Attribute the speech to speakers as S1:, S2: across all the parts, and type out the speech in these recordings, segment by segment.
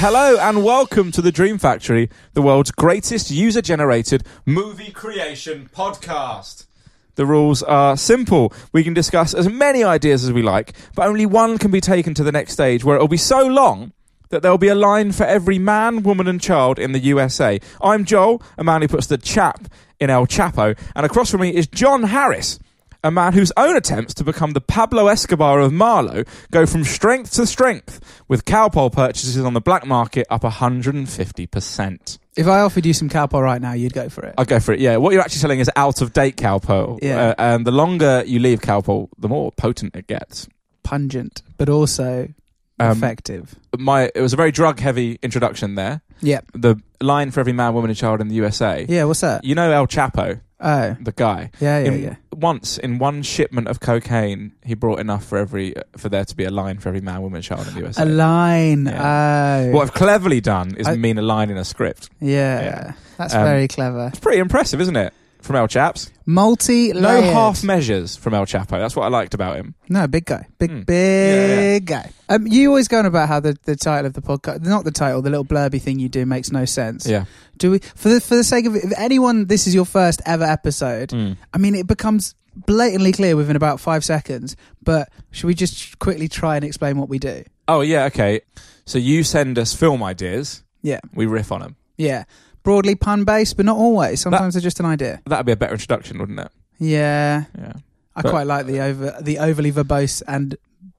S1: Hello and welcome to the Dream Factory, the world's greatest user generated movie creation podcast. The rules are simple. We can discuss as many ideas as we like, but only one can be taken to the next stage where it will be so long that there will be a line for every man, woman, and child in the USA. I'm Joel, a man who puts the chap in El Chapo, and across from me is John Harris. A man whose own attempts to become the Pablo Escobar of Marlow go from strength to strength, with cowpole purchases on the black market up 150%.
S2: If I offered you some cowpole right now, you'd go for it.
S1: I'll go for it, yeah. What you're actually selling is out of date cowpole.
S2: Yeah.
S1: Uh, and the longer you leave cowpole, the more potent it gets.
S2: Pungent, but also
S1: Um,
S2: effective.
S1: My It was a very drug heavy introduction there.
S2: Yeah.
S1: The line for every man, woman, and child in the USA.
S2: Yeah, what's that?
S1: You know El Chapo,
S2: Oh,
S1: the guy.
S2: yeah, yeah,
S1: in,
S2: yeah.
S1: Once in one shipment of cocaine, he brought enough for every for there to be a line for every man, woman, and child in the USA.
S2: A line. Oh.
S1: What I've cleverly done is
S2: I-
S1: mean a line in a script.
S2: yeah.
S1: Yeah.
S2: That's
S1: Um,
S2: very clever.
S1: It's pretty impressive, isn't it? From El Chaps.
S2: Multi
S1: No half measures from El Chapo. That's what I liked about him.
S2: No, big guy. Big,
S1: Mm.
S2: big guy. Um, you always go on about how the, the title of the podcast, not the title, the little blurby thing you do makes no sense.
S1: Yeah.
S2: Do we, for the, for the sake of if anyone, this is your first ever episode,
S1: Hmm.
S2: I mean, it becomes blatantly clear within about five seconds, but should we just quickly try and explain what we do?
S1: Oh, yeah, okay. So you send us film ideas,
S2: Yeah.
S1: we riff on them.
S2: Yeah. Broadly pun based, but not always. Sometimes they're just an idea.
S1: That'd be a better introduction, wouldn't it?
S2: Yeah.
S1: Yeah.
S2: I
S1: But-
S2: quite like the over the overly verbose and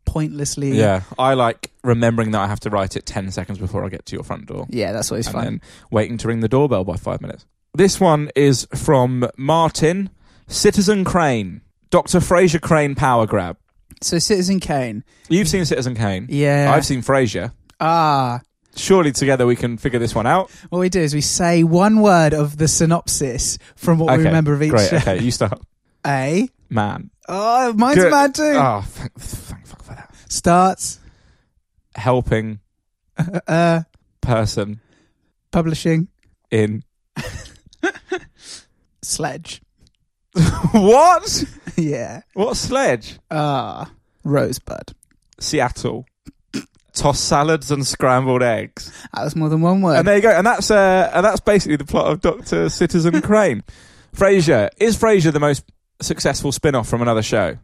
S2: pointlessly
S1: Yeah. I like remembering that I have to write it 10 seconds before I get to your front door.
S2: Yeah, that's always
S1: and
S2: fun.
S1: then waiting to ring the doorbell by five minutes. This one is from Martin, Citizen Crane, Dr. Fraser Crane Power Grab.
S2: so Citizen Kane.
S1: You've seen Citizen Kane.
S2: Yeah.
S1: I've seen Frasier.
S2: ah.
S1: Surely together we can figure this one out.
S2: What we do is we say one word of the synopsis from what we remember of each
S1: Great.
S2: show.
S1: Okay, you start.
S2: A.
S1: Man.
S2: Oh, mine's
S1: Good.
S2: mad too.
S1: Oh, thank, thank fuck for that.
S2: Starts
S1: Helping
S2: uh,
S1: person
S2: publishing
S1: in
S2: sledge.
S1: what?
S2: yeah.
S1: What sledge?
S2: Ah. Rosebud.
S1: Seattle. Toss salads and scrambled eggs.
S2: That was more than one word.
S1: And there you go. And that's uh, and that's basically the plot of Doctor Citizen Crane. Frasier is Frasier the most successful spin-off from another show.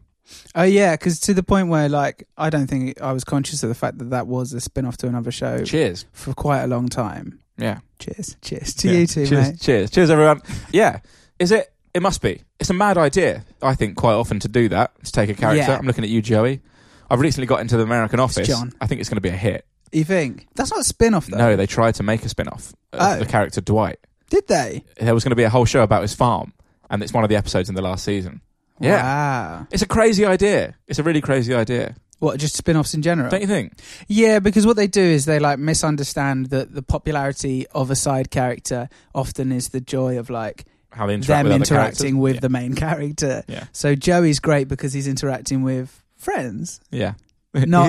S2: Oh yeah, because to the point where like I don't think I was conscious of the fact that that was a spin-off to another show
S1: Cheers.
S2: for quite a long time.
S1: Yeah.
S2: Cheers, cheers to
S1: Yeah.
S2: you too,
S1: cheers,
S2: mate.
S1: Cheers, cheers, everyone. Yeah, is it? It must be. It's a mad idea. I think quite often to do that to take a character.
S2: Yeah.
S1: I'm looking at you, Joey. I've recently got into the American Office.
S2: John.
S1: I think it's going to be a hit.
S2: You think that's not a spin-off though?
S1: No, they tried to make a spin-off of
S2: Oh.
S1: the character Dwight.
S2: Did they?
S1: There was going to be a whole show about his farm, and it's one of the episodes in the last season. Yeah,
S2: Wow.
S1: it's a crazy idea. It's a really crazy idea,
S2: What just spin-offs in general?
S1: don't you think?
S2: Yeah, because what they do is they like misunderstand that the popularity of a side character often is the joy of like
S1: How they interact
S2: them
S1: with other
S2: interacting
S1: characters.
S2: with the main character.
S1: Yeah.
S2: So Joey's great because he's interacting with friends,
S1: yeah,
S2: not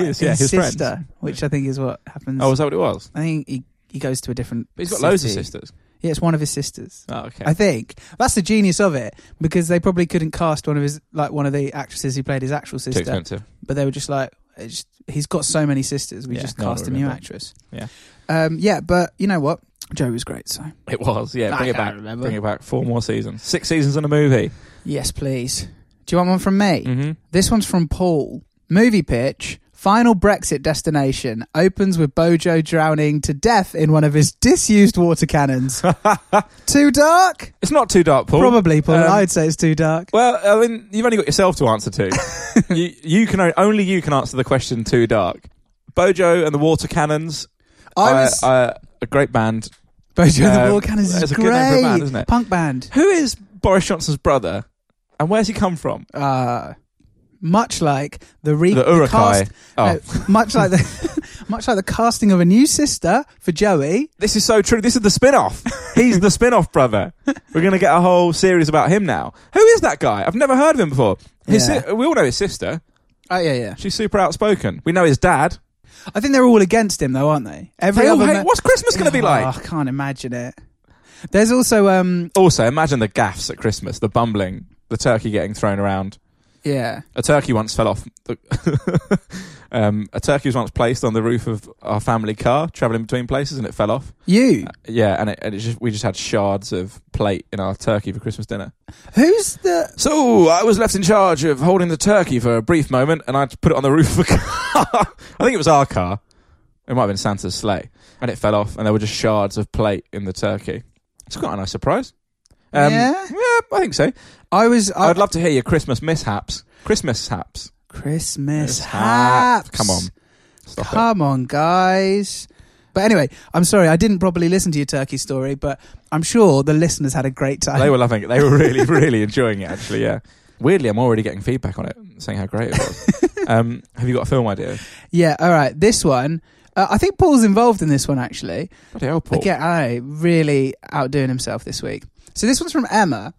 S1: He
S2: his,
S1: is, yeah, his friends.
S2: sister, which I think is what happens.
S1: Oh, is that what it was?
S2: I think he he goes to a different.
S1: But he's got loads of
S2: city.
S1: sisters.
S2: Yeah, it's one of his sisters.
S1: Oh, okay.
S2: I think that's the genius of it because they probably couldn't cast one of his like one of the actresses who played his actual
S1: Too
S2: sister,
S1: expensive.
S2: but they were just like, it's just, he's got so many sisters, we
S1: Yeah,
S2: just
S1: no one
S2: cast a
S1: would
S2: new
S1: remember.
S2: actress.
S1: Yeah.
S2: um, yeah, but you know what, Joe was great. So
S1: It was. Yeah.
S2: I
S1: Bring it
S2: can't
S1: back.
S2: remember.
S1: Bring it back. Four more seasons. Six seasons in a movie.
S2: yes, please. Do you want one from me?
S1: Mm-hmm.
S2: This one's from Paul. Movie pitch. Final Brexit destination opens with Bojo drowning to death in one of his disused water cannons. too dark?
S1: It's not too dark, Paul.
S2: Probably, Paul.
S1: Um,
S2: I'd say it's too dark.
S1: Well, I mean, you've only got yourself to answer to. you, you can o- only you can answer the question. Too dark. Bojo and the Water Cannons.
S2: I
S1: uh,
S2: was
S1: uh, a great band.
S2: Bojo and
S1: um,
S2: the Wall Cannons
S1: that's
S2: is
S1: a good name for a
S2: great.
S1: band, isn't it?
S2: Punk band.
S1: Who is Boris Johnson's brother, and where's he come from?
S2: Uh, much like the re-
S1: the
S2: the
S1: Urukai.
S2: cast,
S1: oh,
S2: no, much like the much like the casting of a new sister for Joey.
S1: this is so true. This is the spin-off. He's the spin-off brother. We're gonna get a whole series about him now. Who is that guy? I've never heard of him before. His
S2: Yeah.
S1: si- we all know his sister.
S2: Oh yeah, yeah.
S1: She's super outspoken. We know his dad.
S2: I think they're all against him though, aren't they? Every
S1: They all
S2: other
S1: hate-
S2: ma-
S1: what's Christmas gonna be
S2: Oh,
S1: like?
S2: I can't imagine it. There's also um
S1: Also, imagine the gaffs at Christmas, the bumbling, the turkey getting thrown around.
S2: yeah.
S1: A turkey once fell off. The um, a turkey was once placed on the roof of our family car, traveling between places, and it fell off.
S2: You.
S1: Yeah, and it, and it just, we just had shards of plate in our turkey for Christmas dinner.
S2: Who's the
S1: So I was left in charge of holding the turkey for a brief moment, and I had to put it on the roof of the car. I think it was our car. It might have been Santa's sleigh, and it fell off, and there were just shards of plate in the turkey. It's quite a nice surprise. Um,
S2: Yeah? Uh,
S1: I think so.
S2: I was I,
S1: I'd love to hear your Christmas mishaps. Christmas haps.
S2: Christmas
S1: Mishap.
S2: haps.
S1: Come on. Stop it.
S2: Come on, guys. But anyway, I'm sorry I didn't properly listen to your turkey story, but I'm sure the listeners had a great time.
S1: They were loving it. They were really, really enjoying it, actually, yeah. Weirdly, I'm already getting feedback on it, saying how great it was. um, have you got a film idea?
S2: Yeah, all right. This one, uh, I think Paul's involved in this one actually.
S1: Bloody hell, Paul.
S2: Again, I really outdoing himself this week. So this one's from Emma,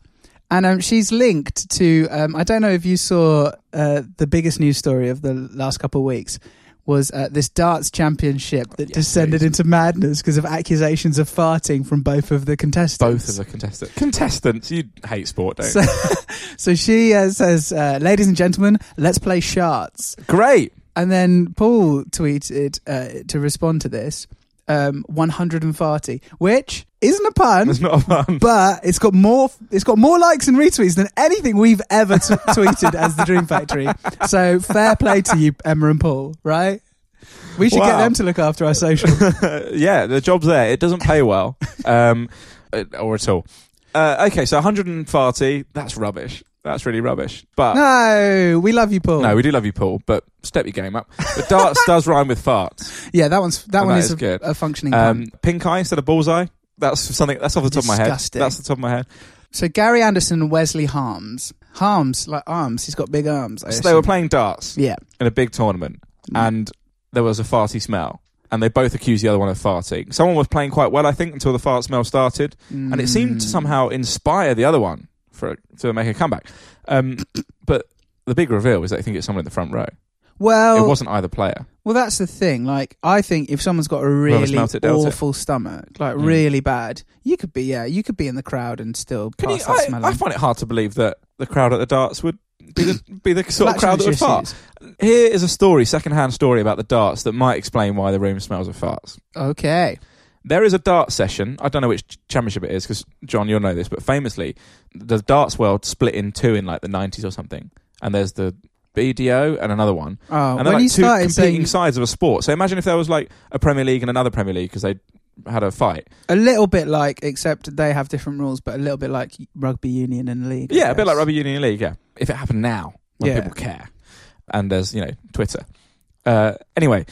S2: and um, she's linked to. Um, I don't know if you saw uh, the biggest news story of the last couple of weeks was uh, this darts championship that
S1: yes,
S2: descended
S1: please.
S2: into madness because of accusations of farting from both of the contestants.
S1: Both of the contestants. Contestants, you hate sport, don't you?
S2: So, so she uh, says, uh, "Ladies and gentlemen, let's play shards."
S1: Great.
S2: And then Paul tweeted uh, to respond to this um, 140, which isn't a pun,
S1: That's not a pun.
S2: but it's got more it's got more likes and retweets than anything we've ever t- tweeted as the Dream Factory. So fair play to you, Emma and Paul. Right? We should get
S1: Wow.
S2: them to look after our social.
S1: uh, yeah, the job's there. It doesn't pay well, um, uh, or at all. Uh, okay, so 140. That's rubbish. That's really rubbish. But no,
S2: no, we love you, Paul.
S1: we do love you, Paul. But step your game up. But darts does rhyme with farts.
S2: yeah, that one's that
S1: Oh,
S2: one
S1: that
S2: is,
S1: is
S2: a,
S1: good.
S2: a functioning pun.
S1: Um, pink eye instead of bullseye. That's something. That's off the top of my head.
S2: Disgusting.
S1: That's the top of my head.
S2: So Gary Anderson and Wesley Harms, Harms like arms. He's got big arms. I
S1: So they were
S2: assume.
S1: playing darts
S2: yeah.
S1: in a big tournament,
S2: Mm.
S1: and there was a farty smell. And they both accused the other one of farting. Someone was playing quite well, I think, until the fart smell started. and it seemed to
S2: Mm.
S1: somehow inspire the other one for to make a comeback. Um, but the big reveal is that I think it's someone in the front row.
S2: Well,
S1: It wasn't either player.
S2: Well, that's the thing. Like, I think if someone's got a really
S1: smelt it, dealt it.
S2: awful stomach, like
S1: Mm.
S2: really bad, you could be yeah, you could be in the crowd and still
S1: Can you,
S2: pass Oh, that
S1: I,
S2: smell.
S1: I
S2: on.
S1: find it hard to believe that the crowd at the darts would be the, be the sort of
S2: Flatulence
S1: crowd that would
S2: issues.
S1: fart. Here is a story, second-hand story about the darts that might explain why the room smells of farts.
S2: Okay.
S1: There is a dart session. I don't know which ch- championship it is because John, you'll know this, but famously, the darts world split in two in like the nineties or something. And there's the BDO and another one.
S2: Oh,
S1: and they're
S2: when
S1: like
S2: you
S1: two
S2: started
S1: competing
S2: saying
S1: sides of a sport. So imagine if there was like a Premier League and another Premier League because they had a fight.
S2: a little bit like, except they have different rules, but a little bit like rugby union and league. I
S1: Yeah, a bit
S2: guess.
S1: like rugby union league. Yeah, if it happened now, when
S2: Yeah.
S1: people care, and there's you know Twitter. Uh, anyway,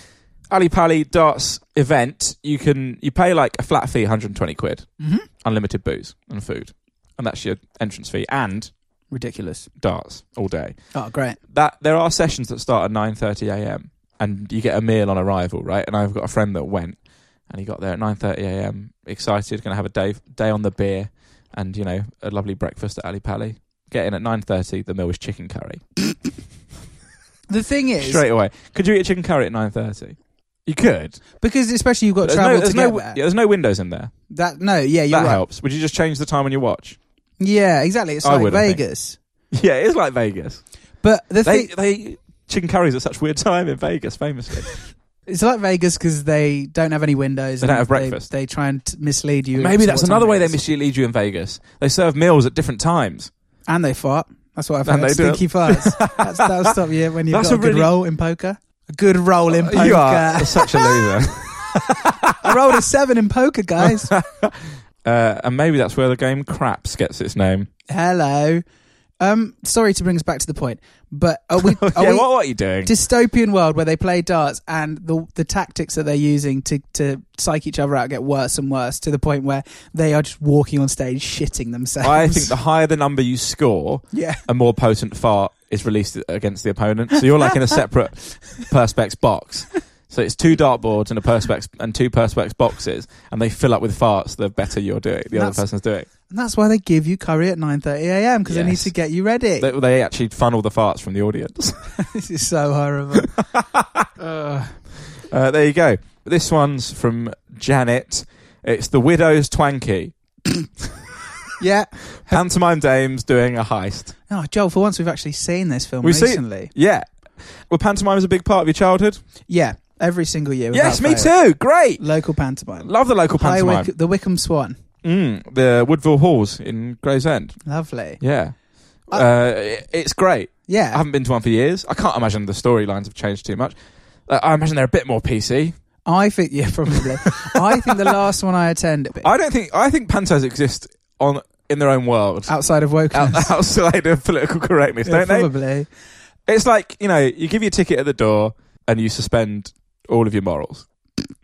S1: Ali Pali darts event. You can you pay like a flat fee, 120 quid,
S2: Mhm.
S1: unlimited booze and food, and that's your entrance fee and
S2: Ridiculous.
S1: darts all day.
S2: Oh, great.
S1: that there are sessions that start at 9:30 a.m. and you get a meal on arrival, right? And I've got a friend that went and he got there at 9:30 a.m. excited, going to have a day day on the beer and you know, a lovely breakfast at Ali Pali. Get in at 9:30, the meal was chicken curry.
S2: The thing is,
S1: Straight away. Could you eat chicken curry at 9:30? You could.
S2: because especially you've got
S1: There's
S2: travel
S1: no, there's,
S2: to get
S1: no, yeah,
S2: there.
S1: there's no windows in there.
S2: That no, yeah, you're
S1: That
S2: right.
S1: helps. Would you just change the time on your watch?
S2: Yeah, exactly. It's
S1: I
S2: like
S1: would, I think.
S2: Vegas,
S1: Yeah, it is like Vegas.
S2: but the
S1: They,
S2: thing
S1: they chicken curries at such weird time in Vegas, famously.
S2: it's like Vegas because they don't have any windows.
S1: They
S2: and
S1: don't have breakfast.
S2: They, try and t- mislead you. as
S1: Maybe
S2: to
S1: that's
S2: what time
S1: another
S2: it
S1: way they
S2: is.
S1: mislead you in Vegas. They serve meals at different times.
S2: And they fart. That's what I've
S1: And
S2: heard.
S1: they do.
S2: Stinky farts. That's, that'll stop you when you've
S1: That's
S2: got a,
S1: a
S2: good
S1: really-
S2: roll in poker. A good roll in poker.
S1: Oh, You are such a loser.
S2: I rolled a seven in poker, guys.
S1: Uh, and maybe that's where the game Craps gets its name.
S2: Hello. Um, sorry to bring us back to the point, but are we? Are
S1: yeah,
S2: we
S1: what, what are you doing?
S2: dystopian world where they play darts and the the tactics that they're using to to psych each other out get worse and worse to the point where they are just walking on stage shitting themselves.
S1: I think the higher the number you score,
S2: yeah.
S1: a more potent fart is released against the opponent. So you're like in a separate perspex box. So it's two dartboards and a perspex and two perspex boxes, and they fill up with farts. The better you're doing, the
S2: That's-
S1: other person's doing.
S2: And that's why they give you curry at 9:30 a.m. because they need
S1: Yes.
S2: to get you ready.
S1: They, they actually funnel the farts from the audience.
S2: this is so horrible. Ugh.
S1: Uh, there you go. This one's from Janet. It's the widow's twanky
S2: yeah.
S1: pantomime dames doing a heist.
S2: Oh, Joel, for once we've actually seen this film
S1: We've seen-
S2: recently.
S1: Yeah, well, pantomime is a big part of your childhood.
S2: Yeah, every single year.
S1: Yes, me
S2: without fail.
S1: too. Great.
S2: Local pantomime.
S1: Love the local
S2: High
S1: pantomime.
S2: Wick- the Wickham Swan.
S1: Mm, the Woodville Halls in Gravesend.
S2: Lovely.
S1: Yeah.
S2: Uh,
S1: Uh, i- it's great. I
S2: Yeah.
S1: haven't been to one for years. I can't imagine the storylines have changed too much. Uh, I imagine they're a bit more PC.
S2: I think yeah, probably. I think the last one I attended
S1: I don't think. I think pantos exist on in their own world
S2: outside of wokeness.
S1: out, outside of political correctness,
S2: Yeah,
S1: don't they?
S2: probably.
S1: It's like you know, you give your ticket at the door and you suspend all of your morals,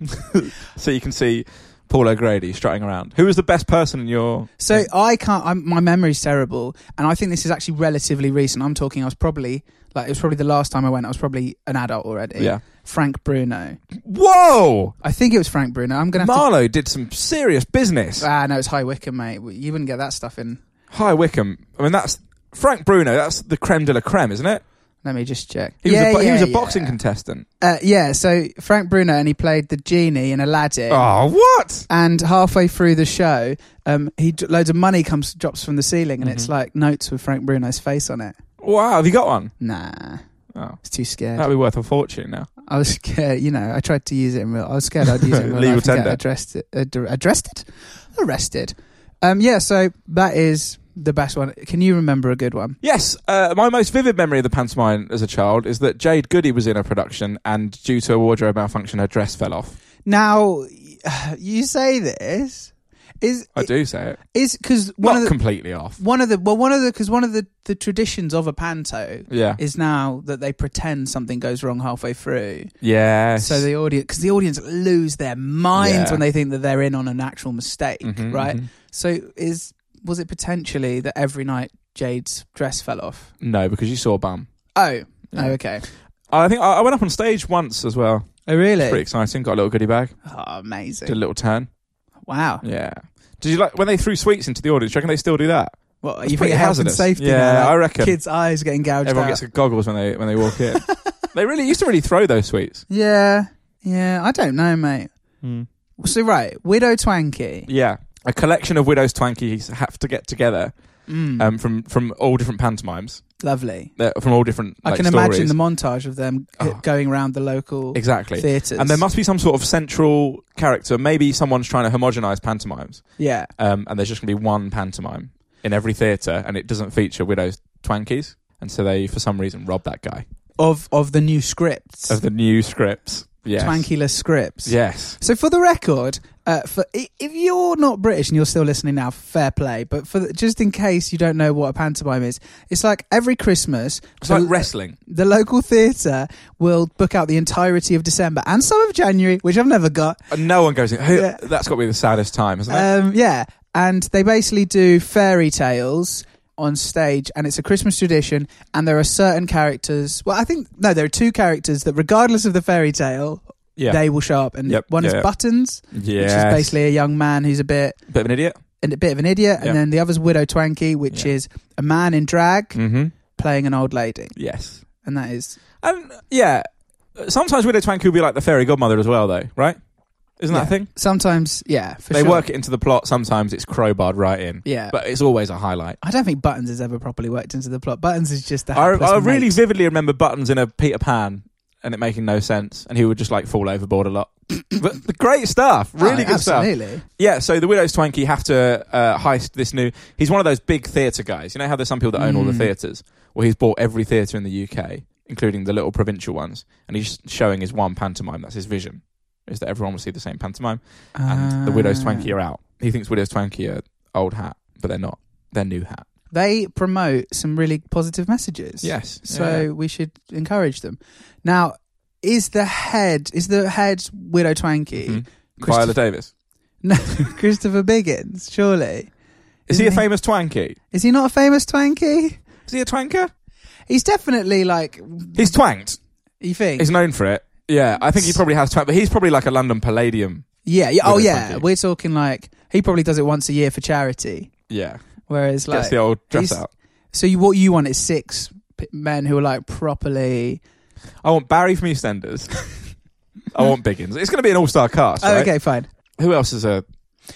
S1: so you can see Paul O'Grady strutting around. Who was the best person in your?
S2: So I can't. I'm, my memory's terrible, and I think this is actually relatively recent. I'm talking. I was probably like it was probably the last time I went. I was probably an adult already.
S1: Yeah.
S2: Frank Bruno.
S1: Whoa!
S2: I think it was Frank Bruno. I'm gonna have
S1: Marlowe did some serious business.
S2: to. Ah, no, it's High Wycombe, mate. You wouldn't get that stuff in.
S1: Hi Wickham. I mean, that's Frank Bruno. That's the creme de la creme, isn't it?
S2: Let me just check.
S1: He was
S2: yeah,
S1: a, bo- he
S2: yeah,
S1: was a
S2: yeah.
S1: boxing contestant.
S2: Uh, yeah. So Frank Bruno, and he played the genie in Aladdin.
S1: Oh, what?
S2: and halfway through the show, um, he d- loads of money comes drops from the ceiling, and
S1: Mm-hmm.
S2: it's like notes with Frank Bruno's face on it.
S1: Wow, have you got one?
S2: Nah,
S1: Oh,
S2: it's too scared.
S1: that'd be worth a fortune now.
S2: I was scared. You know, I tried to use it in real. I was scared I'd use it in real
S1: Legal
S2: life and get
S1: tender.
S2: addressed, ad- addressed it, arrested. Um, yeah. So that is the best one. Can you remember a good one?
S1: Yes, uh, my most vivid memory of the pantomime as a child is that Jade Goody was in a production and, due to a wardrobe malfunction, her dress fell off.
S2: Now, you say this is
S1: I do say it.
S2: is because one
S1: Not
S2: of the
S1: completely off.
S2: one of the well one of the because one of the the traditions of a panto
S1: Yeah.
S2: is now that they pretend something goes wrong halfway through.
S1: Yes.
S2: So the audience, because the audience lose their minds
S1: Yeah.
S2: when they think that they're in on an actual mistake,
S1: Mhm,
S2: right?
S1: mhm.
S2: So is was it potentially that every night Jade's dress fell off?
S1: No, because you saw a bum.
S2: Oh, oh,
S1: Yeah.
S2: okay.
S1: I think I I went up on stage once as well.
S2: Oh,
S1: Pretty
S2: really?
S1: exciting. Got a little goodie bag.
S2: Oh, amazing!
S1: Did a little turn.
S2: Wow.
S1: Yeah. Did you like when they threw sweets into the audience? Do you reckon they still do that?
S2: Well,
S1: That's
S2: you put
S1: pretty
S2: your health and
S1: hazardous.
S2: safety.
S1: Yeah,
S2: now, like,
S1: I reckon.
S2: Kids' eyes getting gouged
S1: Everyone
S2: out.
S1: gets goggles when they when they walk in. they really used to really throw those sweets.
S2: yeah, yeah. I don't know, mate.
S1: Hmm.
S2: So right, widow twanky.
S1: Yeah, a collection of widows twankies have to get together
S2: Mm,
S1: um, from from all different pantomimes,
S2: lovely.
S1: They're from all different.
S2: I
S1: like,
S2: can
S1: stories.
S2: imagine the montage of them g-
S1: Oh.
S2: going around the local
S1: exactly.
S2: theatres.
S1: And there must be some sort of central character. Maybe someone's trying to homogenize pantomimes,
S2: yeah.
S1: um, and there's just going to be one pantomime in every theatre, and it doesn't feature widows twankies. And so they, for some reason, robbed that guy
S2: of of the new scripts,
S1: of the new scripts. Yes.
S2: twankyless scripts.
S1: Yes.
S2: So for the record, uh, for i- if you're not British and you're still listening now, fair play. But for the, just in case you don't know what a pantomime is, it's like every Christmas,
S1: It's
S2: the,
S1: like wrestling.
S2: the local theatre will book out the entirety of December and some of January, which I've never got.
S1: And no one goes in. Who,
S2: Yeah.
S1: That's got to be the saddest time, isn't it?
S2: Um, yeah, and they basically do fairy tales on stage, and it's a Christmas tradition. And there are certain characters. Well, I think no, there are two characters that, regardless of the fairy tale,
S1: yeah.
S2: they will show up. And
S1: Yep,
S2: one is
S1: yeah.
S2: Buttons, which is
S1: Yes.
S2: basically a young man who's a bit
S1: bit of an idiot.
S2: a bit of an idiot,
S1: Yeah.
S2: and then the other's Widow Twanky, which
S1: Yeah.
S2: is a man in drag
S1: Mm-hmm.
S2: playing an old lady,
S1: Yes.
S2: and that is
S1: And yeah, Sometimes Widow Twain could be like the fairy godmother as well, though, right? Isn't that a thing?
S2: Sometimes, yeah, for
S1: they
S2: sure.
S1: work it into the plot. Sometimes it's crowbarred right in.
S2: Yeah.
S1: But it's always a highlight.
S2: I don't think Buttons has ever properly worked into the plot. Buttons is just the
S1: I,
S2: helpless
S1: I really
S2: mate.
S1: vividly remember Buttons in a Peter Pan and it making no sense, and he would just like fall overboard a lot. but the great stuff, really
S2: Oh,
S1: good stuff.
S2: Absolutely.
S1: Yeah, so the Widow's Twanky have to uh, heist this new. He's one of those big theatre guys. You know how there's some people that own all the
S2: Mm.
S1: theatres? Well, he's bought every theatre in the UK, including the little provincial ones, and he's showing his one pantomime. That's his vision, is that everyone will see the same pantomime. And the Widow's
S2: Ah.
S1: Twanky are out. He thinks Widow's Twanky are old hat, but they're not. They're new hat.
S2: They promote some really positive messages.
S1: Yes.
S2: So we should encourage them. Now, is the head is the head widow twanky?
S1: Mhm. Viola
S2: Christopher-
S1: Davis.
S2: No, Christopher Biggins. Surely
S1: Is he a
S2: Isn't he-
S1: famous Twanky?
S2: is he not a famous twanky?
S1: Is he a twanker?
S2: He's definitely like
S1: He's twanked.
S2: you think.
S1: He's known for it. Yeah, I think he probably has twanked, but he's probably like a London Palladium.
S2: yeah. yeah oh
S1: Widow
S2: yeah.
S1: Twanky.
S2: We're talking like he probably does it once a year for charity.
S1: Yeah.
S2: Whereas like
S1: Gets the old dress
S2: he's-
S1: out.
S2: so you, what you want is six p- men who are like properly.
S1: I want Barry from EastEnders. I want Biggins. It's going to be an all-star cast.
S2: Oh,
S1: right?
S2: okay, fine.
S1: Who else is a?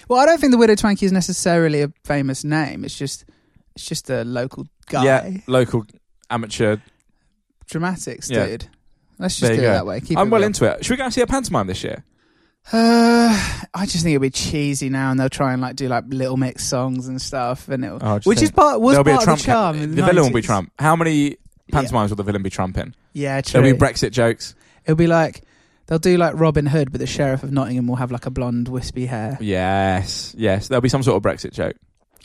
S2: Well, I don't think the widow twanky is necessarily a famous name. It's just it's just a local guy.
S1: Yeah, local amateur.
S2: dramatics,
S1: Yeah.
S2: dude. Let's just
S1: There
S2: do
S1: you
S2: it
S1: go.
S2: that way. Keep
S1: I'm
S2: it
S1: well
S2: real.
S1: into it. Should we go and see a pantomime this year?
S2: Uh, I just think it'll be cheesy now, and they'll try and like do like Little Mix songs and stuff, and it'll,
S1: Oh, I just
S2: which
S1: think
S2: is part was
S1: There'll
S2: part
S1: be a
S2: of
S1: Trump
S2: the
S1: ca-
S2: charm. in
S1: the villain will be
S2: 90s.
S1: Trump. How many pantomimes will the villain be Trump in?
S2: Yeah, true.
S1: There'll be Brexit jokes.
S2: it'll be like they'll do like Robin Hood, but the sheriff of Nottingham will have like a blonde wispy hair.
S1: Yes, yes. There'll be some sort of Brexit joke.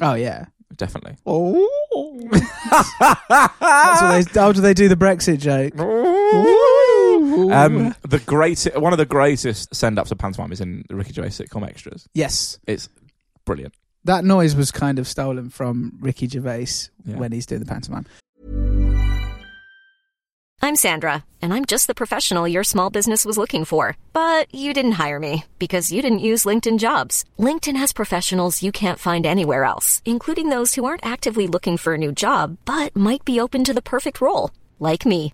S2: Oh yeah.
S1: Definitely.
S2: Oh. That's what they, how do they do the Brexit joke?
S1: Um, the greatest, one of the greatest send-ups of pantomime is in the Ricky Gervais sitcom Extras.
S2: Yes,
S1: It's brilliant.
S2: that noise was kind of stolen from Ricky Gervais
S1: Yeah.
S2: when he's doing the pantomime.
S3: I'm Sandra, and I'm just the professional your small business was looking for. But you didn't hire me because you didn't use LinkedIn jobs. LinkedIn has professionals you can't find anywhere else, including those who aren't actively looking for a new job but might be open to the perfect role, like me.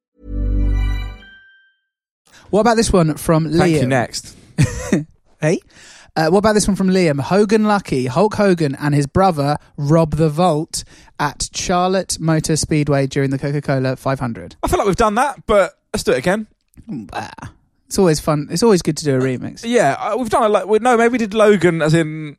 S2: What about this one from Liam?
S1: Thank you. Next.
S2: Hey, uh, what about this one from Liam? Hogan Lucky, Hulk Hogan, and his brother Rob the Vault at Charlotte Motor Speedway during the Coca Cola 500.
S1: I feel like we've done that, but let's do it again.
S2: It's always fun. It's always good to do a remix.
S1: Yeah, I- we've done a lot. we- No, maybe we did Logan as in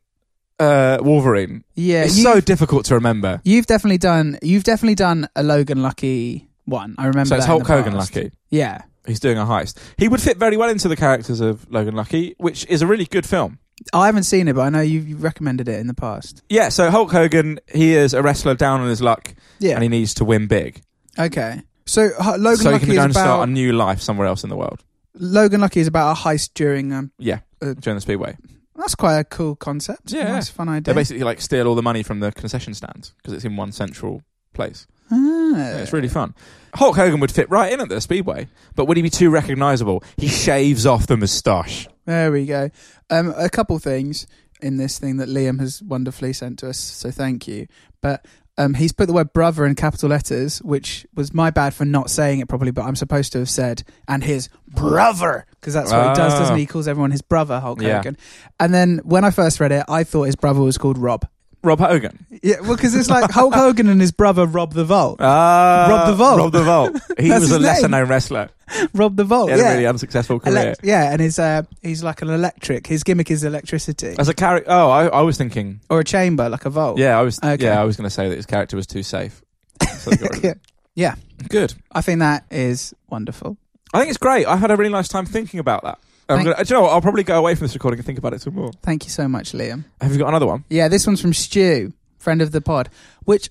S1: uh, Wolverine.
S2: Yeah,
S1: it's
S2: you,
S1: so difficult to remember.
S2: you've definitely done. You've definitely done a Logan Lucky one. I remember.
S1: So it's
S2: that in
S1: Hulk
S2: the
S1: Hogan
S2: past.
S1: Lucky.
S2: Yeah,
S1: He's doing a heist. He would fit very well into the characters of Logan Lucky, which is a really good film.
S2: I haven't seen it, but I know you you recommended it in the past.
S1: Yeah, so Hulk Hogan, he is a wrestler down on his luck,
S2: Yeah.
S1: and he needs to win big.
S2: Okay. So H- Logan
S1: so he
S2: Lucky
S1: can
S2: is
S1: go and
S2: about
S1: start a new life somewhere else in the world.
S2: Logan Lucky is about a heist during. Um,
S1: Yeah,
S2: Uh,
S1: during the Speedway.
S2: that's quite a cool concept.
S1: Yeah.
S2: nice fun
S1: They
S2: idea.
S1: basically like steal all the money from the concession stands because it's in one central place.
S2: Ah.
S1: Yeah, it's really fun. Hulk Hogan would fit right in at the Speedway, but would he be too recognisable? He shaves off the moustache.
S2: There we go. Um, a couple things in this thing that Liam has wonderfully sent to us, so thank you. But Um, he's put the word brother in capital letters, which was my bad for not saying it properly, but I'm supposed to have said, and his brother, because that's what he does,
S1: Ah.
S2: doesn't he? He calls everyone his brother, Hulk
S1: Yeah.
S2: Hogan. And then when I first read it, I thought his brother was called Rob.
S1: Rob Hogan.
S2: Yeah, well, because it's like Hulk Hogan and his brother Rob the Vault.
S1: Ah,
S2: Rob the Vault.
S1: Rob the Vault. He
S2: That's
S1: was a
S2: his
S1: lesser
S2: name.
S1: known wrestler.
S2: Rob the Vault.
S1: He had
S2: yeah.
S1: a really unsuccessful career.
S2: Elec- yeah, and his, uh, he's like an electric. His gimmick is electricity.
S1: As a character, oh, I, I was thinking.
S2: Or a chamber, like a vault.
S1: Yeah, I was.
S2: Oh. Okay.
S1: Yeah, I was going to say that his character was too safe. So I got rid of
S2: yeah.
S1: it.
S2: Yeah.
S1: Good.
S2: I think that is wonderful.
S1: I think it's great. I had a really nice time thinking about that. I'm
S2: Thank-
S1: gonna, do you know what? I'll probably go away from this recording and think about it some more.
S2: Thank you so much, Liam.
S1: Have you got another one?
S2: Yeah, this one's from Stu, friend of the pod, which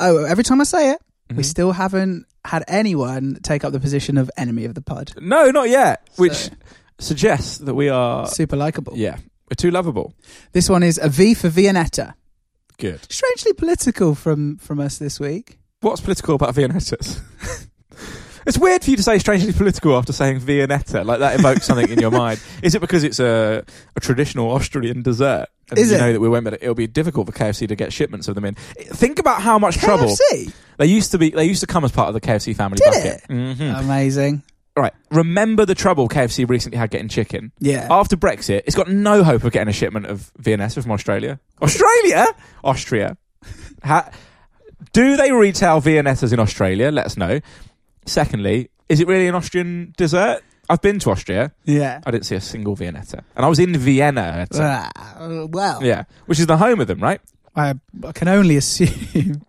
S2: oh, every time I say it, we
S1: Mhm.
S2: still haven't had anyone take up the position of enemy of the pod.
S1: No, not yet. Which
S2: So-
S1: suggests that we are.
S2: Super likable.
S1: Yeah, we're too lovable.
S2: This one is a V for Viennetta.
S1: Good.
S2: Strangely political from from us this week.
S1: What's political about Viennettas? it's weird for you to say strangely political after saying Viennetta. Like that evokes something in your mind. Is it because it's a, a traditional Austrian dessert? And
S2: Is
S1: you
S2: it?
S1: know that we went, but it'll be difficult for KFC to get shipments of them in. Think about how much trouble
S2: KFC.
S1: they used to be. They used to come as part of the KFC family
S2: Did
S1: bucket.
S2: it? Uh,
S1: Mm-hmm.
S2: Amazing.
S1: Right. Remember the trouble KFC recently had getting chicken?
S2: Yeah.
S1: After Brexit, it's got no hope of getting a shipment of Viennese from Australia. Australia? Austria. Ha- Do they retail Viennesses in Australia? Let us know. Secondly, is it really an Austrian dessert? I've been to Austria.
S2: Yeah.
S1: I didn't see a single Viennetta. er. And I was in Vienna.
S2: Ah, well,
S1: Yeah. Which is the home of them, right?
S2: I, I can only assume.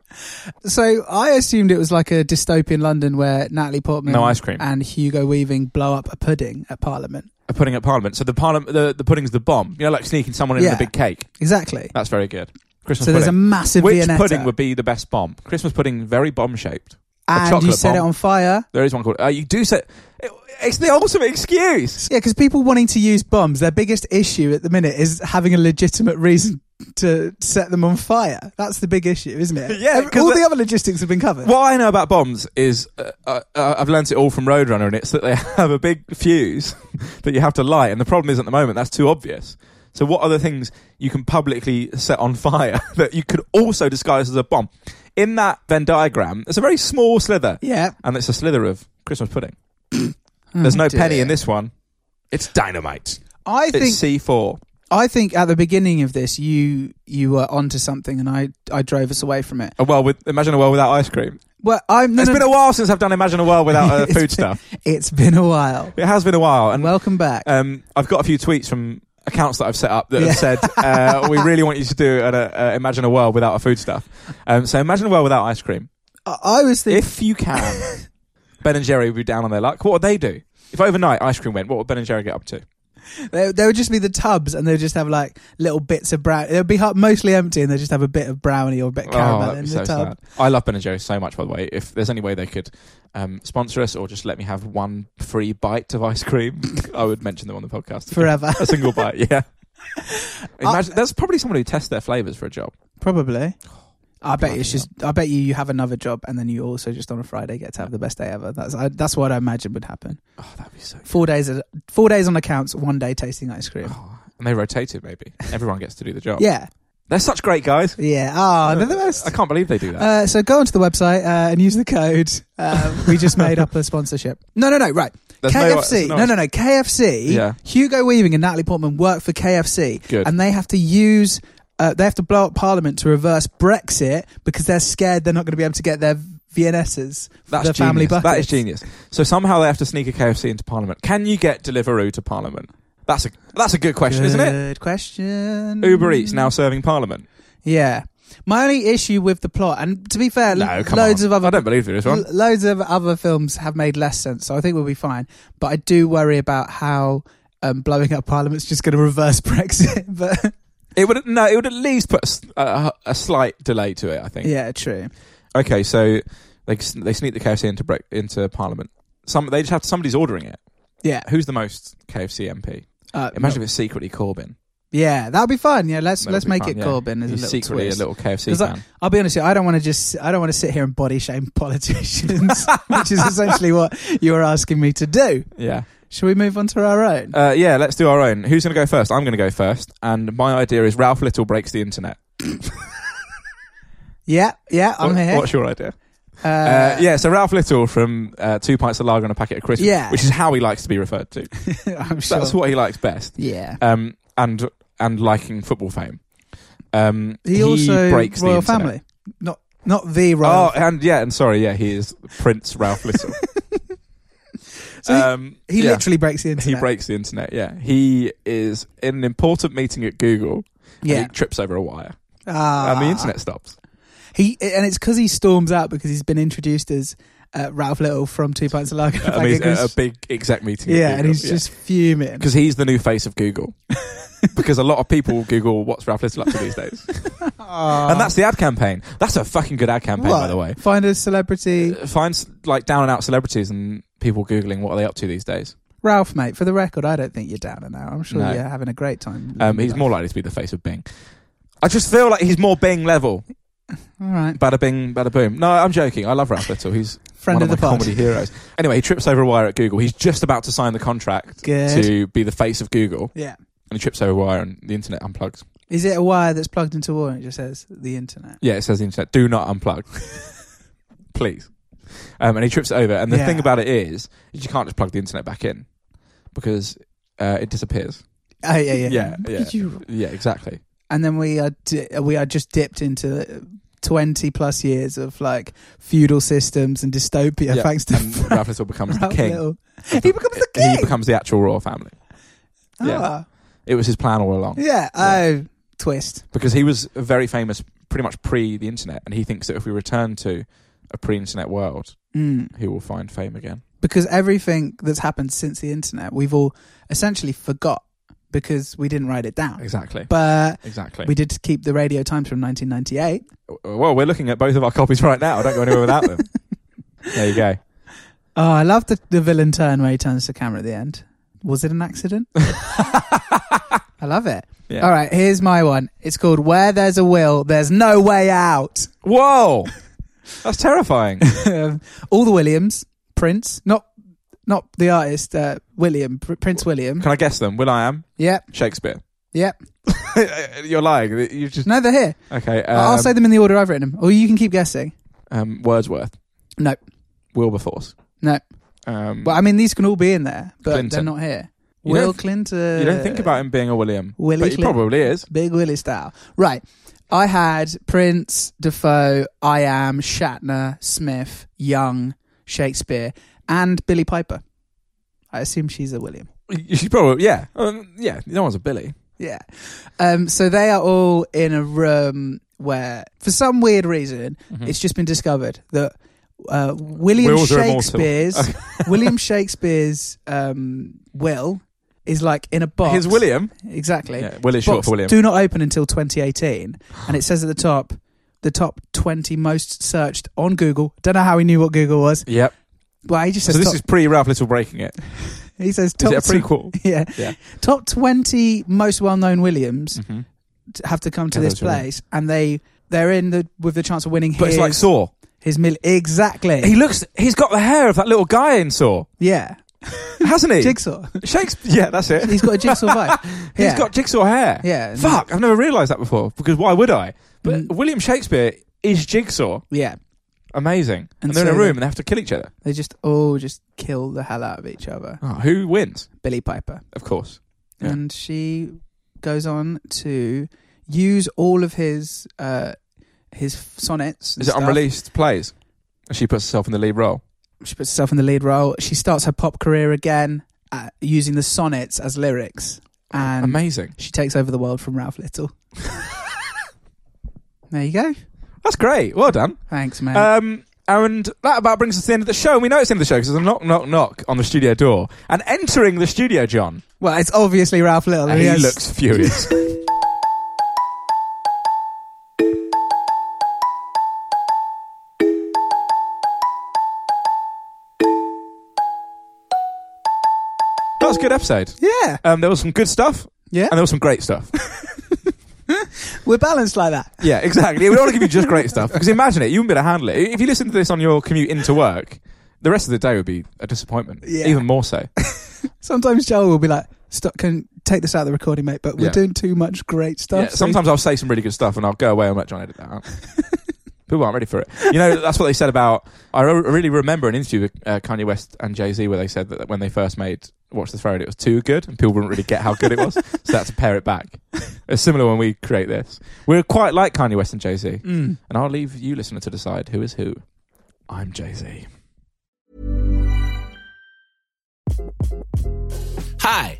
S2: So I assumed it was like a dystopian London where Natalie Portman
S1: No ice cream.
S2: and Hugo Weaving blow up a pudding at Parliament.
S1: A pudding at Parliament. So the parliament, the, the pudding's the bomb. You know, like sneaking someone in with
S2: Yeah.
S1: a big cake.
S2: Exactly.
S1: That's very good. Christmas
S2: so there's a
S1: pudding.
S2: massive
S1: Which
S2: Viennetta.
S1: pudding would be the best bomb? Christmas pudding, very bomb shaped.
S2: and you
S1: chocolate
S2: set it
S1: bomb?
S2: on fire.
S1: There is one called. Uh, you do say it, it's the ultimate excuse.
S2: Yeah, because people wanting to use bombs, their biggest issue at the minute is having a legitimate reason to set them on fire. That's the big issue, isn't it?
S1: Yeah,
S2: Every-
S1: 'cause
S2: all
S1: the-
S2: the other logistics have been covered.
S1: What I know about bombs is uh, uh, I've learnt it all from Roadrunner, and it's that they have a big fuse that you have to light. And the problem is at the moment that's too obvious. So what other things you can publicly set on fire that you could also disguise as a bomb? In that Venn diagram, it's a very small slither,
S2: Yeah.
S1: and it's a slither of Christmas pudding. There's no
S2: Oh, dear.
S1: penny in this one. It's dynamite.
S2: I think
S1: It's C4.
S2: I think at the beginning of this, you you were onto something, and I I drove us away from it.
S1: A world with imagine a world without ice cream.
S2: Well, I'm. No,
S1: It's
S2: no,
S1: been a while since I've done Imagine a World without uh,
S2: It's
S1: food
S2: been-
S1: stuff.
S2: It's been a while.
S1: It has been a while, and
S2: Welcome back.
S1: um, I've got a few tweets from accounts that I've set up that
S2: Yeah.
S1: have said uh, we really want you to do an uh, uh, Imagine a World without a food stuff. Um, so Imagine a World without ice cream,
S2: I, I was thinking.
S1: if you can. ben and Jerry would be down on their luck. What would they do if overnight ice cream went? What would Ben and Jerry get up to?
S2: There, there would just be the tubs, and they'd just have like little bits of brown. It would be ha- mostly empty, and they'd just have a bit of brownie or a bit of caramel
S1: Oh, that'd
S2: in
S1: be so
S2: the tub.
S1: sad. I love Ben and Jerry's so much, by the way. If there's any way they could um, sponsor us or just let me have one free bite of ice cream, I would mention them on the podcast again.
S2: Forever. Uh,
S1: a single bite. Yeah. Imagine there's probably someone who tests their flavors for a job.
S2: Probably. I bet
S1: Bloody
S2: it's just. I bet you you have another job, and then you also just on a Friday get to have the best day ever. That's I, that's what I imagine would happen.
S1: Oh, that'd be so.
S2: Four days, at- four days on accounts, one day tasting ice cream.
S1: Oh, and they rotate it. Maybe everyone gets to do the job.
S2: Yeah,
S1: they're such great guys.
S2: yeah. Ah, they're the best.
S1: Uh, I can't believe they do that.
S2: Uh, so go onto the website uh, and use the code. Uh, we just made up a sponsorship. No, no, no. Right.
S1: There's no-
S2: KFC.
S1: it's
S2: No,
S1: not-
S2: no, no, KFC.
S1: Yeah.
S2: Hugo Weaving and Natalie Portman work for KFC,
S1: Good.
S2: and they have to use. Uh, they have to blow up Parliament to reverse Brexit because they're scared they're not going to be able to get their Viennettas. for
S1: That's
S2: the
S1: genius.
S2: family bucket.
S1: That is genius. So somehow they have to sneak a KFC into Parliament. Can you get Deliveroo to Parliament? That's a that's a good question, isn't it?
S2: Good question.
S1: Uber Eats now serving Parliament.
S2: Yeah. My only issue with the plot, and to be fair,
S1: No, come
S2: Uh,
S1: on.
S2: loads of other
S1: I don't believe there is one.
S2: L- loads of other films have made less sense, so I think we'll be fine. But I do worry about how um, blowing up Parliament's just going to reverse Brexit. but
S1: It would no. It would at least put a s- a, a slight delay to it. I think.
S2: yeah, true.
S1: Okay, so they s- they sneak the KFC into bre- into Parliament. Some they just have somebody's ordering it.
S2: Yeah,
S1: Who's the most KFC MP?
S2: uh,
S1: Imagine if it's secretly Corbyn.
S2: yeah, that'll be fun. Yeah, let's
S1: That
S2: let's
S1: would be
S2: make
S1: fun,
S2: it
S1: yeah.
S2: Corbyn as
S1: He's
S2: a little
S1: secretly
S2: twist.
S1: a little KFC
S2: 'Cause I-
S1: fan.
S2: I'll be honest, with you, I don't want to just I don't want to sit here and body shame politicians, which is essentially what you were asking me to do.
S1: yeah.
S2: Shall we move on to our own?
S1: Uh, yeah. Let's do our own. Who's going to go first? I'm going to go first. And my idea is Ralph Little breaks the internet.
S2: Yeah, yeah, I'm
S1: What-
S2: here.
S1: What's your idea? Uh, yeah, so Ralph Little from uh, Two Pints of Lager and a Packet of Crisps,
S2: Yeah.
S1: which is how he likes to be referred to.
S2: I'm sure.
S1: That's what he likes best.
S2: Yeah.
S1: Um, and and liking football fame. Um,
S2: He also
S1: breaks the
S2: royal
S1: internet.
S2: family. Not not the
S1: Oh,
S2: royal.
S1: and yeah, and sorry, yeah, he is Prince Ralph Little.
S2: So he-
S1: um,
S2: he
S1: yeah.
S2: literally breaks the internet.
S1: He breaks the internet. Yeah, he is in an important meeting at Google. and
S2: Yeah.
S1: he trips over a wire,
S2: Ah.
S1: and the internet stops.
S2: He and it's because he storms out because he's been introduced as uh, Ralph Little from Two Pints of Lager.
S1: I mean, it's a, a big exec meeting. at
S2: yeah, and
S1: Google,
S2: he's just fuming.
S1: because he's the new face of Google. because a lot of people Google what's Ralph Little up to these days,
S2: Ah. Uh-huh.
S1: and that's the ad campaign. That's a fucking good ad campaign, by
S2: Right.
S1: the way.
S2: Find a celebrity,
S1: Find like down and out celebrities and people googling what are they up to these days.
S2: Ralph, mate. For the record, I don't think you're down and out. I'm sure
S1: No.
S2: you're having a great time.
S1: Um, he's more likely to be the face of Bing. I just feel like he's more Bing level.
S2: all right.
S1: Bada bing, bada boom. No, I'm joking. I love Ralph Little. He's
S2: Friend
S1: one
S2: of
S1: of,
S2: the
S1: my
S2: pod.
S1: comedy heroes. Anyway, he trips over a wire at Google. He's just about to sign the contract
S2: Good.
S1: to be the face of Google,
S2: Yeah.
S1: and he trips over a wire and the internet unplugs.
S2: Is it a wire that's plugged into a wall and it just says the internet?
S1: Yeah, it says the internet. Do not unplug, please. Um, and he trips it over. And the
S2: Yeah.
S1: thing about it is, is you can't just plug the internet back in because uh, it disappears.
S2: Oh yeah, yeah,
S1: Yeah, yeah.
S2: You-
S1: Yeah, exactly.
S2: And then we are di- we are just dipped into twenty plus years of like feudal systems and dystopia
S1: Yeah,
S2: thanks to
S1: and Ralph Little becomes
S2: Ralph
S1: the king.
S2: Little. He becomes the king.
S1: He becomes the actual royal family. yeah.
S2: Ah,
S1: It was his plan all along.
S2: yeah. Oh, twist.
S1: because he was very famous pretty much pre the internet and he thinks that if we return to a pre-internet world
S2: Mm.
S1: he will find fame again
S2: Because everything that's happened since the internet, we've all essentially forgot because we didn't write it down.
S1: exactly
S2: But
S1: exactly
S2: we did keep the radio times from 1998.
S1: well we're looking at both of our copies right now i don't go anywhere without them there you go
S2: Oh, I love the, the villain turn where he turns to camera at the end. Was it an accident? I love it.
S1: Yeah.
S2: All right, here's my one. It's called Where There's a Will, There's No Way Out.
S1: whoa that's terrifying
S2: Um, All the Williams, Prince, not not the artist, uh, William, Pr- Prince William.
S1: can i guess them will i am
S2: Yep,
S1: shakespeare
S2: yep.
S1: you're lying you just
S2: No, they're here.
S1: okay
S2: I-
S1: um,
S2: I'll say them in the order I've written them, or you can keep guessing.
S1: um, wordsworth
S2: No,
S1: wilberforce
S2: no.
S1: um,
S2: Well, I mean, these can all be in there, but they're
S1: Clinton.
S2: not here.
S1: You
S2: Will
S1: don't-
S2: Clinton.
S1: you don't think about him being a william
S2: Willie
S1: but he
S2: Clint-
S1: probably is
S2: Big Willie style. Right. I had Prince, Defoe, I Am, Shatner, Smith, Young, Shakespeare, and Billy Piper. I assume she's a William.
S1: She's probably yeah, um, yeah. No one's a Billy.
S2: Yeah. Um, so they are all in a room where, for some weird reason, it's just been discovered that uh, Mm-hmm. William
S1: Hmm. Wills are immortal.
S2: Shakespeare's William Shakespeare's um, will is like in a box.
S1: Here's William.
S2: Exactly.
S1: Yeah, Will is short
S2: Box
S1: for William.
S2: Do not open until 2018. And it says at the top, the top 20 most searched on Google. Don't know how he knew what Google was.
S1: Yep.
S2: Well, he just
S1: So
S2: says
S1: this
S2: top-
S1: is pre Ralph Little breaking it.
S2: he says
S1: Is
S2: top
S1: it a
S2: tw-
S1: prequel?
S2: yeah.
S1: Yeah.
S2: Top 20 most well-known Williams
S1: Mm-hmm.
S2: t- have to come to
S1: Yeah,
S2: this
S1: those are right.
S2: place and they they're in the with the chance of winning
S1: But
S2: his
S1: it's like Saw.
S2: his mil- exactly.
S1: He looks. He's got the hair of that little guy in Saw,
S2: yeah.
S1: hasn't he?
S2: Jigsaw.
S1: Shakespeare. Yeah, that's it.
S2: He's got a jigsaw vibe.
S1: He's
S2: Yeah.
S1: got jigsaw hair.
S2: Yeah.
S1: Fuck. I've never realised that before. Because why would I? But William Shakespeare is jigsaw.
S2: yeah.
S1: Amazing. And,
S2: And
S1: they're in
S2: so
S1: a room
S2: they-
S1: and they have to kill each other.
S2: They just all just kill the hell out of each other.
S1: Oh, who wins?
S2: Billy Piper.
S1: Of course. Yeah.
S2: and she goes on to use all of his uh, his f- sonnets. and
S1: Is it
S2: stuff.
S1: unreleased plays? She puts herself in the lead role.
S2: She puts herself in the lead role. She starts her pop career again uh, using the sonnets as lyrics, and
S1: Amazing.
S2: she takes over the world from Ralph Little. there you go.
S1: That's great. Well done.
S2: Thanks, man.
S1: Um, and that about brings us to the end of the show. And we know it's the end of the show because there's a knock, knock, knock on the studio door. And entering the studio, John,
S2: well, it's obviously Ralph Little.
S1: and he
S2: has-
S1: looks furious. That was a good episode.
S2: Yeah,
S1: Um, there was some good stuff,
S2: yeah.
S1: and there was some great stuff.
S2: We're balanced like that.
S1: Yeah, exactly. We don't want to give you just great stuff because imagine it, you wouldn't be able to handle it. If you listen to this on your commute into work, the rest of the day would be a disappointment.
S2: Yeah.
S1: Even more so.
S2: Sometimes Joel will be like, "Stop! Can take this out of the recording, mate." But we're
S1: Yeah.
S2: doing too much great stuff.
S1: Yeah,
S2: so-
S1: sometimes I'll say some really good stuff and I'll go away and let John edit that out. People aren't ready for it. You know, that's what they said about. I re- really remember an interview with uh, Kanye West and Jay Z where they said that when they first made Watch the Throne, it was too good and people wouldn't really get how good it was. so that's to pare it back. It's similar when we create this. We're quite like Kanye West and Jay Z.
S2: Mm.
S1: And I'll leave you, listener, to decide who is who. I'm Jay Z.
S4: Hi,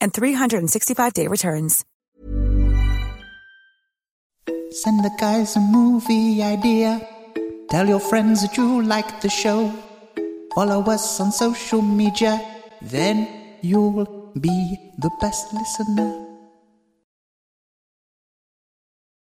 S5: and 365-day returns.
S6: Send the guys a movie idea. Tell your friends that you like the show. Follow us on social media. Then you'll be the best listener.